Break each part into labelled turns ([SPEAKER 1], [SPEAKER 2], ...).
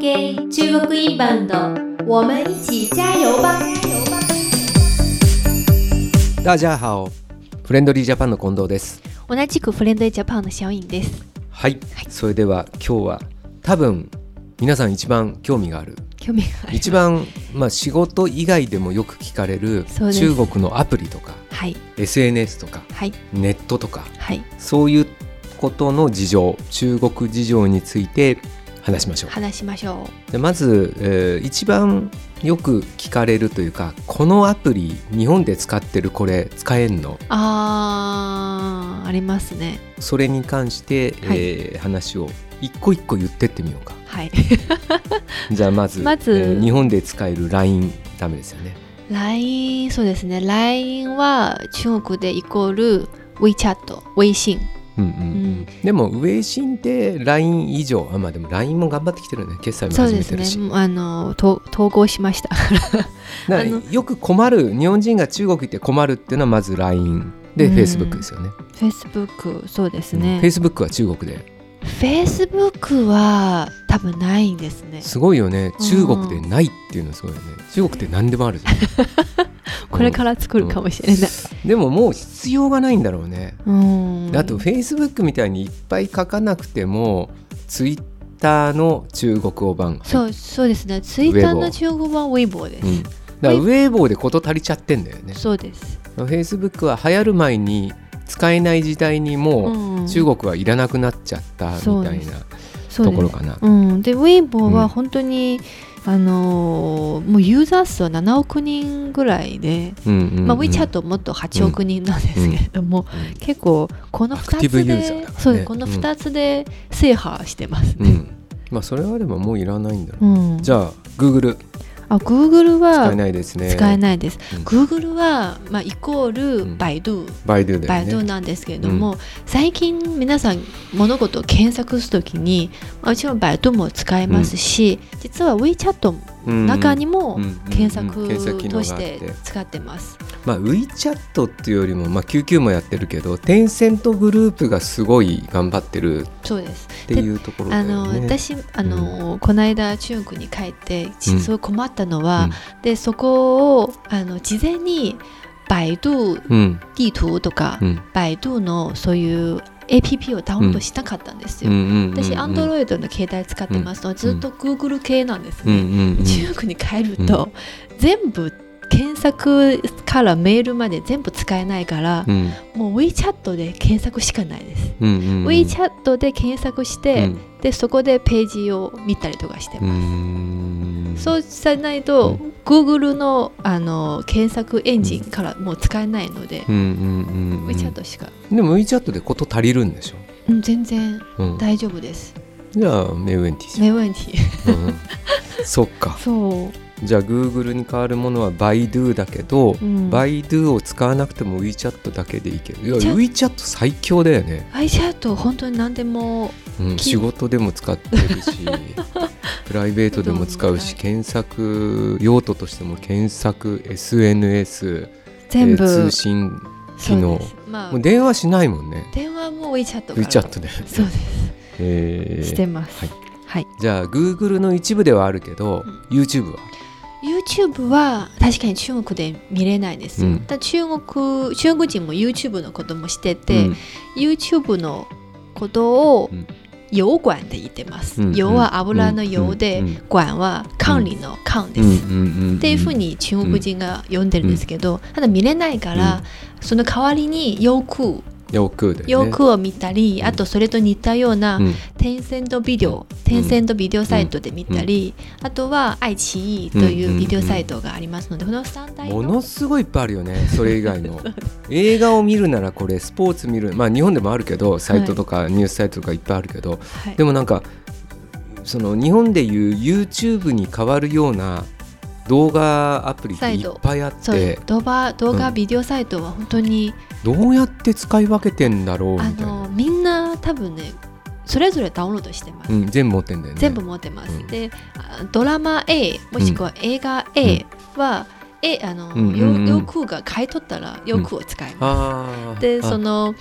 [SPEAKER 1] 系中国インバウンド，我们一起加油吧！
[SPEAKER 2] ダジャーハオフレンドリージャパンの近藤です
[SPEAKER 3] 同じくフレンドイジャパンのシャオインです。
[SPEAKER 2] はい、それでは今日は多分皆さん一番興味がある
[SPEAKER 3] 興味がある。
[SPEAKER 2] 一番まあ仕事以外でもよく聞かれる
[SPEAKER 3] そうです
[SPEAKER 2] 中国のアプリとか
[SPEAKER 3] はい、
[SPEAKER 2] SNS とか
[SPEAKER 3] はい、
[SPEAKER 2] ネットとか
[SPEAKER 3] はい。
[SPEAKER 2] そういうことの事情中国事情について話しましょ
[SPEAKER 3] 話しましょ
[SPEAKER 2] うでまず、えー一番よく聞かれるというかこのアプリ日本で使ってるこれ使えんの
[SPEAKER 3] う。あー、ありますね。
[SPEAKER 2] それに関して、
[SPEAKER 3] はい
[SPEAKER 2] えー話を一個一個言ってってみようか
[SPEAKER 3] はい。
[SPEAKER 2] じゃあまず
[SPEAKER 3] まず
[SPEAKER 2] えー日本で使える LINE ダメですよね
[SPEAKER 3] LINE、そうですね。LINE は中国でイコール WeChat、微信。
[SPEAKER 2] うんうん、
[SPEAKER 3] うん、
[SPEAKER 2] でもウェイシンって LINE 以上あまあでも LINE も頑張ってきてるね決済も
[SPEAKER 3] そう
[SPEAKER 2] 始
[SPEAKER 3] で
[SPEAKER 2] め
[SPEAKER 3] す
[SPEAKER 2] てる
[SPEAKER 3] ね
[SPEAKER 2] し、。
[SPEAKER 3] もうあの、と統合しました。
[SPEAKER 2] だから
[SPEAKER 3] あの
[SPEAKER 2] よく困る日本人が中国行って困るっていうのはまず LINE で、
[SPEAKER 3] うん
[SPEAKER 2] Facebook ですよね、
[SPEAKER 3] Facebook、そうです
[SPEAKER 2] うん
[SPEAKER 3] ね。
[SPEAKER 2] Facebook は中国で
[SPEAKER 3] Facebook は多分ないんですね。
[SPEAKER 2] すごいよね
[SPEAKER 3] うん
[SPEAKER 2] 中国でないっていうのすごいよね中国って何でもあるじゃん
[SPEAKER 3] これから作るかもしれない。
[SPEAKER 2] でももう必要がないんだろうね
[SPEAKER 3] うん。
[SPEAKER 2] あとフェイスブックみたいにいっぱい書かなくてもツイッターの中国語版
[SPEAKER 3] そう、そうですね。ツイッターの中国版 Weibo です。
[SPEAKER 2] うん、だからウェイボーで事足りちゃってんだよね
[SPEAKER 3] そうです。
[SPEAKER 2] フェイスブックは流行る前に使えない時代にもう中
[SPEAKER 3] 国
[SPEAKER 2] 国はいらなくなっちゃったみたいな
[SPEAKER 3] そう
[SPEAKER 2] と
[SPEAKER 3] で
[SPEAKER 2] こ
[SPEAKER 3] す
[SPEAKER 2] ろかな、
[SPEAKER 3] うん、で Weibo
[SPEAKER 2] うん
[SPEAKER 3] は本当に、あのーもうユーザー数は7億人ぐらいで、
[SPEAKER 2] うんうんうん
[SPEAKER 3] まあ、WeChat もっと8億人なんですけれども、
[SPEAKER 2] うん
[SPEAKER 3] 結構この
[SPEAKER 2] アクテ
[SPEAKER 3] 2
[SPEAKER 2] ィブ
[SPEAKER 3] つ
[SPEAKER 2] ユーザ
[SPEAKER 3] で、
[SPEAKER 2] ーだからね
[SPEAKER 3] そうですこの
[SPEAKER 2] うん
[SPEAKER 3] 2つで制覇してます
[SPEAKER 2] う
[SPEAKER 3] ね。
[SPEAKER 2] んまあそれはあればもういらないんだろう、
[SPEAKER 3] うん
[SPEAKER 2] じゃあ Google
[SPEAKER 3] あ Google
[SPEAKER 2] 使え
[SPEAKER 3] は
[SPEAKER 2] ないですね
[SPEAKER 3] 使えないです。
[SPEAKER 2] うん
[SPEAKER 3] Google は、まあ、イコー
[SPEAKER 2] う
[SPEAKER 3] ル
[SPEAKER 2] ん
[SPEAKER 3] バイドゥ、
[SPEAKER 2] バイドゥだ
[SPEAKER 3] バ
[SPEAKER 2] よ
[SPEAKER 3] イ
[SPEAKER 2] ね
[SPEAKER 3] トなんですけれども、最近皆さん物事を検索するときにまあもちろんバイトも使えますし、実は WeChat
[SPEAKER 2] うん
[SPEAKER 3] の中にも
[SPEAKER 2] うんうんうん
[SPEAKER 3] 検索
[SPEAKER 2] 検索機能
[SPEAKER 3] と
[SPEAKER 2] が
[SPEAKER 3] し
[SPEAKER 2] あって
[SPEAKER 3] て使ってます。
[SPEAKER 2] まあ、WeChat っていうよりも、まあ、QQ もやってるけどテンセントグループがすごい頑張ってるっ
[SPEAKER 3] そうです。
[SPEAKER 2] ていうところだ
[SPEAKER 3] あ
[SPEAKER 2] よね。
[SPEAKER 3] の私あの、この間中国に帰って
[SPEAKER 2] うん
[SPEAKER 3] すごい困ったのは、でそこをあの事前にバイト
[SPEAKER 2] うん
[SPEAKER 3] 地図とか、
[SPEAKER 2] うん
[SPEAKER 3] バイトのそういう APP をダウンロードしなかったんです
[SPEAKER 2] う
[SPEAKER 3] よ。
[SPEAKER 2] んうん
[SPEAKER 3] 私、
[SPEAKER 2] うん
[SPEAKER 3] Android の携帯使ってますので、
[SPEAKER 2] うん
[SPEAKER 3] ずっと Google 系なんです
[SPEAKER 2] う
[SPEAKER 3] ね。
[SPEAKER 2] んうんうん
[SPEAKER 3] 中国に帰ると、全部検索からメールまで全部使えないから、
[SPEAKER 2] うん
[SPEAKER 3] もう WeChat で検索しかないです。
[SPEAKER 2] うんうんうん
[SPEAKER 3] WeChat で検索して、でそこでページを見たりとかして
[SPEAKER 2] う
[SPEAKER 3] ます。
[SPEAKER 2] んうん
[SPEAKER 3] そうしないと、
[SPEAKER 2] う
[SPEAKER 3] Google のあの検索エンジンからもう使えないので
[SPEAKER 2] う、んうんうんうん
[SPEAKER 3] WeChat しか、
[SPEAKER 2] でも WeChat でこと足りるんでしょ、
[SPEAKER 3] うん、全然
[SPEAKER 2] うん、
[SPEAKER 3] 大丈夫です。
[SPEAKER 2] じゃあメウエンティじゃん
[SPEAKER 3] 没問題。
[SPEAKER 2] うん うんそっか
[SPEAKER 3] そ
[SPEAKER 2] じゃあ Google に代わるものは Baidu だけど、
[SPEAKER 3] う。うん、
[SPEAKER 2] バイドゥを使わなくても WeChat だけでいいけどいや
[SPEAKER 3] じゃ
[SPEAKER 2] WeChat 最強だよね、
[SPEAKER 3] WeChat 本当に何でも
[SPEAKER 2] うん、
[SPEAKER 3] き
[SPEAKER 2] 仕事でも使ってる しプライベートでも使うし
[SPEAKER 3] ど
[SPEAKER 2] 検索用途としても検索 SNS
[SPEAKER 3] 全部、
[SPEAKER 2] えー通信機能
[SPEAKER 3] そうですまあ
[SPEAKER 2] もう電話しないもんね
[SPEAKER 3] 電話も WeChat から
[SPEAKER 2] WeChat で、
[SPEAKER 3] そうです、
[SPEAKER 2] えー
[SPEAKER 3] してます、
[SPEAKER 2] は
[SPEAKER 3] はい
[SPEAKER 2] じゃあ Google の一部ではあるけど、YouTube は
[SPEAKER 3] YouTube は確かに中国で見れないですよ、
[SPEAKER 2] うん
[SPEAKER 3] だ中国中国人も YouTube のこともしてて、
[SPEAKER 2] うん
[SPEAKER 3] YouTube のことを
[SPEAKER 2] うん
[SPEAKER 3] 油管って言ってます、
[SPEAKER 2] うん
[SPEAKER 3] 油は油の油で、
[SPEAKER 2] うんうん
[SPEAKER 3] 管は管理の管です、
[SPEAKER 2] うん
[SPEAKER 3] っ
[SPEAKER 2] うんうんうん
[SPEAKER 3] ていうふうに中国人が読んでるんですけど、ただ見れないから、その代わりによく
[SPEAKER 2] よくだよね
[SPEAKER 3] よくを見たり、
[SPEAKER 2] うん
[SPEAKER 3] あとそれと似たような、
[SPEAKER 2] うん
[SPEAKER 3] テンセントビデオ、テンセントビデオサイトで見たり、あとは愛奇藝というビデオサイトがありますので、この三大
[SPEAKER 2] も
[SPEAKER 3] の
[SPEAKER 2] のすごいいっぱいあるよねそれ以外 の映画を見るならこれスポーツ見るまあ日本でもあるけどサイトとかニュースサイトとかいっぱいあるけど、
[SPEAKER 3] はい
[SPEAKER 2] でもなんかその日本でいう YouTube に変わるような動画アプリっていっぱいあっ
[SPEAKER 3] そう
[SPEAKER 2] て
[SPEAKER 3] 動画動画
[SPEAKER 2] うん
[SPEAKER 3] ビデオサイトは本当に、
[SPEAKER 2] どうやって使い分けてんだろうみ
[SPEAKER 3] あ
[SPEAKER 2] たい
[SPEAKER 3] の
[SPEAKER 2] な、
[SPEAKER 3] みんな多分ねそれぞれダウンロードしてます、
[SPEAKER 2] うん、全部持ってんだよね
[SPEAKER 3] 全部持ってます、
[SPEAKER 2] うん
[SPEAKER 3] であドラマ A もしくは映画 A は、えあの、
[SPEAKER 2] うんうんうん
[SPEAKER 3] よよくが買い取ったらよくを使います、
[SPEAKER 2] あー
[SPEAKER 3] で
[SPEAKER 2] あ
[SPEAKER 3] その、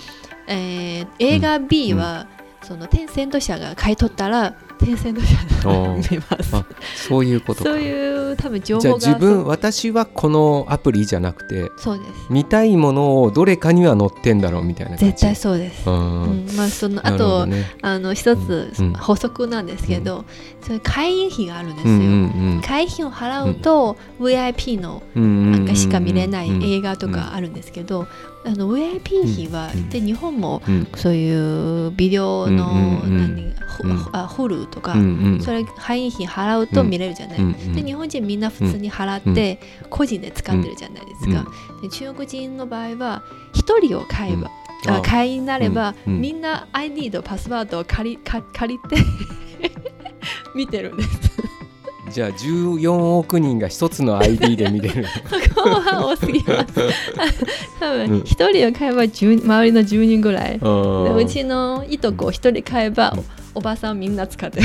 [SPEAKER 3] えー映画 B は、そのテンセント社が買い取ったら訂正の者を見ます
[SPEAKER 2] あそういうことか
[SPEAKER 3] そういう多分情
[SPEAKER 2] じゃあ
[SPEAKER 3] 報が
[SPEAKER 2] 自分
[SPEAKER 3] そう
[SPEAKER 2] 私はこのアプリじゃなくて
[SPEAKER 3] そうです
[SPEAKER 2] 見たいものをどれかには載ってんだろうみたいな感じ
[SPEAKER 3] 絶対そうです、
[SPEAKER 2] う
[SPEAKER 3] うんんまあ、そのあ
[SPEAKER 2] なるほ
[SPEAKER 3] と
[SPEAKER 2] どね
[SPEAKER 3] あの一つ
[SPEAKER 2] うん
[SPEAKER 3] 補足なんですけど、それ会費があるんです
[SPEAKER 2] う
[SPEAKER 3] よ、
[SPEAKER 2] んうん
[SPEAKER 3] 会費を払うと VIP の
[SPEAKER 2] うん
[SPEAKER 3] なんかしか見れない
[SPEAKER 2] うん
[SPEAKER 3] 映画とかあるんですけど、あの VIP 費は、
[SPEAKER 2] うん
[SPEAKER 3] で日本も
[SPEAKER 2] うん
[SPEAKER 3] そういうビデオの、
[SPEAKER 2] うんうんうん
[SPEAKER 3] 何ほ
[SPEAKER 2] うん
[SPEAKER 3] あホルとか、
[SPEAKER 2] うんうん
[SPEAKER 3] それ会費払うと見れるじゃない、
[SPEAKER 2] うんうん
[SPEAKER 3] で日本人みんな普通に払って個人で使ってるじゃないですか、で中国人の場合は一人を買えば、
[SPEAKER 2] うん
[SPEAKER 3] あ会員になれば、
[SPEAKER 2] うんうん
[SPEAKER 3] みんな ID とパスワードを借りか借りて 見てるん です
[SPEAKER 2] じゃあ14億人が一つの ID で見れる
[SPEAKER 3] そこは多すぎます 多
[SPEAKER 2] うん
[SPEAKER 3] 分一人を買えば10周りの10人ぐらい、で
[SPEAKER 2] う
[SPEAKER 3] うちのいとこを一人買えばおおばさんみんな使って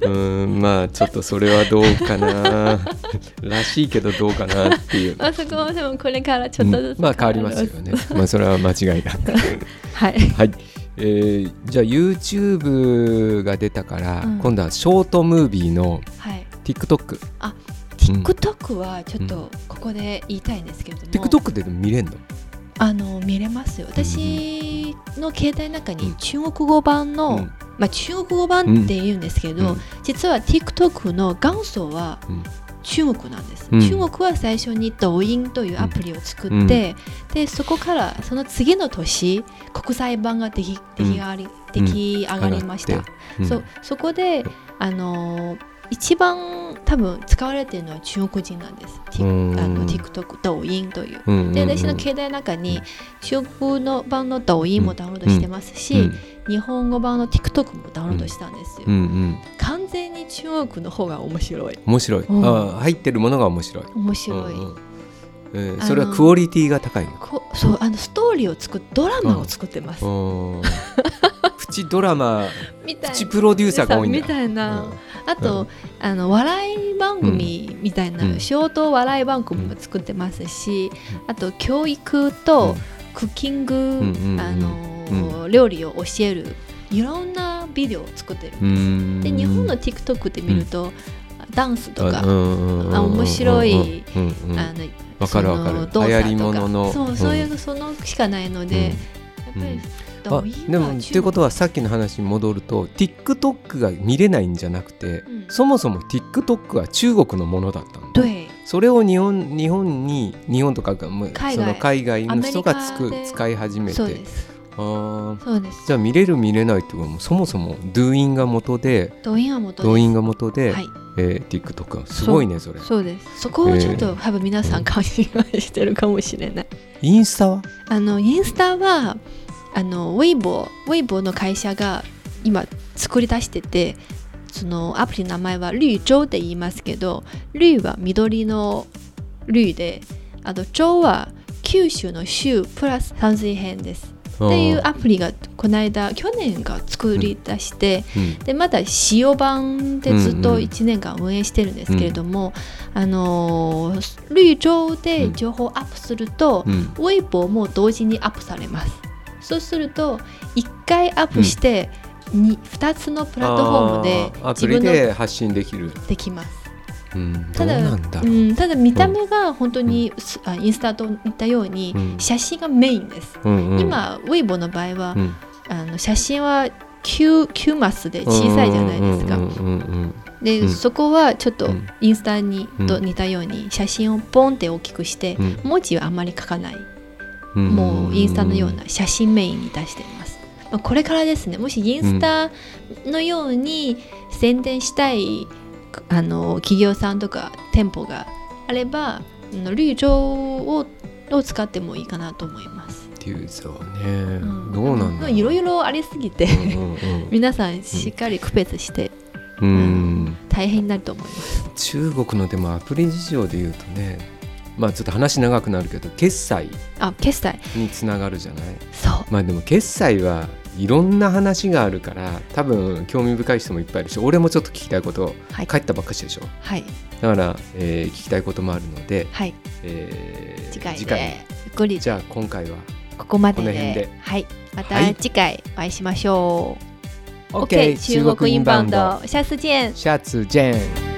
[SPEAKER 3] る
[SPEAKER 2] うんまあちょっとそれはどうかな らしいけどどうかなって いう
[SPEAKER 3] あそこはでもこれからちょっとずつ
[SPEAKER 2] まあ変わりますよね まあそれは間違いない
[SPEAKER 3] はい
[SPEAKER 2] はい、えーじゃあ YouTube が出たから、
[SPEAKER 3] うん
[SPEAKER 2] 今度はショートムービーの
[SPEAKER 3] はい、
[SPEAKER 2] TikTok、
[SPEAKER 3] TikTok はちょっとここで言いたいんですけれども、
[SPEAKER 2] TikTok ででも見れんの
[SPEAKER 3] あの見れますよ私の携帯の中に中国語版の、
[SPEAKER 2] うん
[SPEAKER 3] まあ、中国語版って言うんですけど、
[SPEAKER 2] うん
[SPEAKER 3] 実は TikTok の元祖は
[SPEAKER 2] うん
[SPEAKER 3] 中国なんです、
[SPEAKER 2] うん
[SPEAKER 3] 中国は最初に抖音というアプリを作って、でそこからその次の年国際版が出来出来上がり,、出来上がりました、
[SPEAKER 2] 上がってうん
[SPEAKER 3] そうそこであのー一番多分使われているのは中国人なんです。ティ
[SPEAKER 2] うん
[SPEAKER 3] あの TikTok、抖音という。
[SPEAKER 2] うんうんうん
[SPEAKER 3] で私の携帯の中に中国の版の抖音もダウンロードしてますし、
[SPEAKER 2] うん
[SPEAKER 3] 日本語版の TikTok もダウンロードしたんですよ。
[SPEAKER 2] うんうん
[SPEAKER 3] 完全に中国の方が面白い。
[SPEAKER 2] 面白い、
[SPEAKER 3] うん
[SPEAKER 2] あー入ってるものが面白い
[SPEAKER 3] 面白い。
[SPEAKER 2] うんうんえー
[SPEAKER 3] の
[SPEAKER 2] それはクオリティが高いの
[SPEAKER 3] こそうあのストーリーを作っドラマを作ってます、
[SPEAKER 2] うんプチド ラマ
[SPEAKER 3] みた
[SPEAKER 2] プ
[SPEAKER 3] い
[SPEAKER 2] チ
[SPEAKER 3] な
[SPEAKER 2] プロデューサーが多いんだ
[SPEAKER 3] みたいな、
[SPEAKER 2] うん
[SPEAKER 3] あと、
[SPEAKER 2] うん
[SPEAKER 3] あの笑い番組みたいな、
[SPEAKER 2] うん
[SPEAKER 3] ショート笑い番組も作ってますし、あと教育とクッキング、
[SPEAKER 2] んうんうん
[SPEAKER 3] あの料理を教えるいろんなビデオを作ってる、
[SPEAKER 2] うん
[SPEAKER 3] で日本の TikTok で見ると、ダンスとか、あ
[SPEAKER 2] あ
[SPEAKER 3] 面白いあ
[SPEAKER 2] わ
[SPEAKER 3] の
[SPEAKER 2] かるわか
[SPEAKER 3] その動
[SPEAKER 2] る
[SPEAKER 3] 作とか
[SPEAKER 2] 流行りものの
[SPEAKER 3] そうそういう、
[SPEAKER 2] ん
[SPEAKER 3] そのしかないので、やっぱ
[SPEAKER 2] あ
[SPEAKER 3] り、
[SPEAKER 2] でもっていうことはさっきの話に戻ると TikTok が見れないんじゃなくて、
[SPEAKER 3] うん
[SPEAKER 2] そもそも TikTok は中国のものだったんだ
[SPEAKER 3] 对
[SPEAKER 2] それを日本日本に日本とかがもう
[SPEAKER 3] 海外
[SPEAKER 2] その海外の人がつ
[SPEAKER 3] アメリ
[SPEAKER 2] く
[SPEAKER 3] カで
[SPEAKER 2] 使い始めて
[SPEAKER 3] そうです
[SPEAKER 2] あー
[SPEAKER 3] そうです
[SPEAKER 2] じゃあ見れる見れないっていうのはもうそもそも Doin が元で
[SPEAKER 3] 動員は元です
[SPEAKER 2] Doin が元で、
[SPEAKER 3] はい
[SPEAKER 2] えー TikTok はすごいねそれ
[SPEAKER 3] そうですそこをちょっ
[SPEAKER 2] え
[SPEAKER 3] と多分皆さん勘違いしてるかもしれない
[SPEAKER 2] インスタは
[SPEAKER 3] あのインスタはあのウェイボーウェイボーの会社が今作り出しててそのアプリの名前は緑州って言いますけど緑は緑の緑であと州は九州の州プラス山水編ですっていう
[SPEAKER 2] あ
[SPEAKER 3] アプリがこの間去年が作り出して、
[SPEAKER 2] ーうん
[SPEAKER 3] でまだ使用版でずっ
[SPEAKER 2] うん
[SPEAKER 3] と
[SPEAKER 2] うん
[SPEAKER 3] 1年間運営してるんですけれども、あのー類上で情報をアップすると、
[SPEAKER 2] うん
[SPEAKER 3] ウェイボーも同時にアップされますそうすると1回アップして、に 2, つのプラットフォームで
[SPEAKER 2] あーア
[SPEAKER 3] 自
[SPEAKER 2] プリ
[SPEAKER 3] 分の
[SPEAKER 2] で発信できる、
[SPEAKER 3] できます
[SPEAKER 2] うん、ど
[SPEAKER 3] た
[SPEAKER 2] う
[SPEAKER 3] だ
[SPEAKER 2] なんだろ
[SPEAKER 3] う
[SPEAKER 2] う、
[SPEAKER 3] ん、ただ見た目が本当に、すあインスタと似たように
[SPEAKER 2] うん
[SPEAKER 3] 写真がメインです、
[SPEAKER 2] うんうん、
[SPEAKER 3] 今ウェイボーの場合は、
[SPEAKER 2] うん
[SPEAKER 3] あの写真は 9, 9マスで小さいじゃないですか、
[SPEAKER 2] うんうんうんうん
[SPEAKER 3] で、
[SPEAKER 2] うん
[SPEAKER 3] そこはちょっと
[SPEAKER 2] うん
[SPEAKER 3] インスタに
[SPEAKER 2] うん
[SPEAKER 3] と似たように写真をポンって大きくして、
[SPEAKER 2] うん
[SPEAKER 3] 文字はあまり書かない、
[SPEAKER 2] うん
[SPEAKER 3] もうインスタのような写真メインに出しています、まあ、これからですねもしインスタのように宣伝したい、あの企業さんとか店舗があればあの類上をを使ってもいいかなと思います、
[SPEAKER 2] っていうそうね、
[SPEAKER 3] ん
[SPEAKER 2] どうなんだろう
[SPEAKER 3] いろいろありすぎて、
[SPEAKER 2] うんうん
[SPEAKER 3] 皆さんしっかり区別して
[SPEAKER 2] うんうん
[SPEAKER 3] 大変になると思います、
[SPEAKER 2] 中国のでもアプリ事情で言うとねまあちょっと話長くなるけど決済
[SPEAKER 3] あ決済
[SPEAKER 2] につながるじゃない
[SPEAKER 3] そう
[SPEAKER 2] まあでも決済はいろんな話があるから多分興味深い人もいっぱいいるし俺もちょっと聞きたいこと
[SPEAKER 3] はい
[SPEAKER 2] 帰ったばっかしでしょ
[SPEAKER 3] はい
[SPEAKER 2] だから、えー聞きたいこともあるので、
[SPEAKER 3] はい
[SPEAKER 2] えー
[SPEAKER 3] 次回でゆっくり
[SPEAKER 2] じゃあ今回は
[SPEAKER 3] ここまで
[SPEAKER 2] この
[SPEAKER 3] で
[SPEAKER 2] 辺で
[SPEAKER 3] はいま
[SPEAKER 2] は
[SPEAKER 3] た
[SPEAKER 2] い
[SPEAKER 3] 次回お会いしましょう、 OK，中国英镑的，下次见。
[SPEAKER 2] 下次见。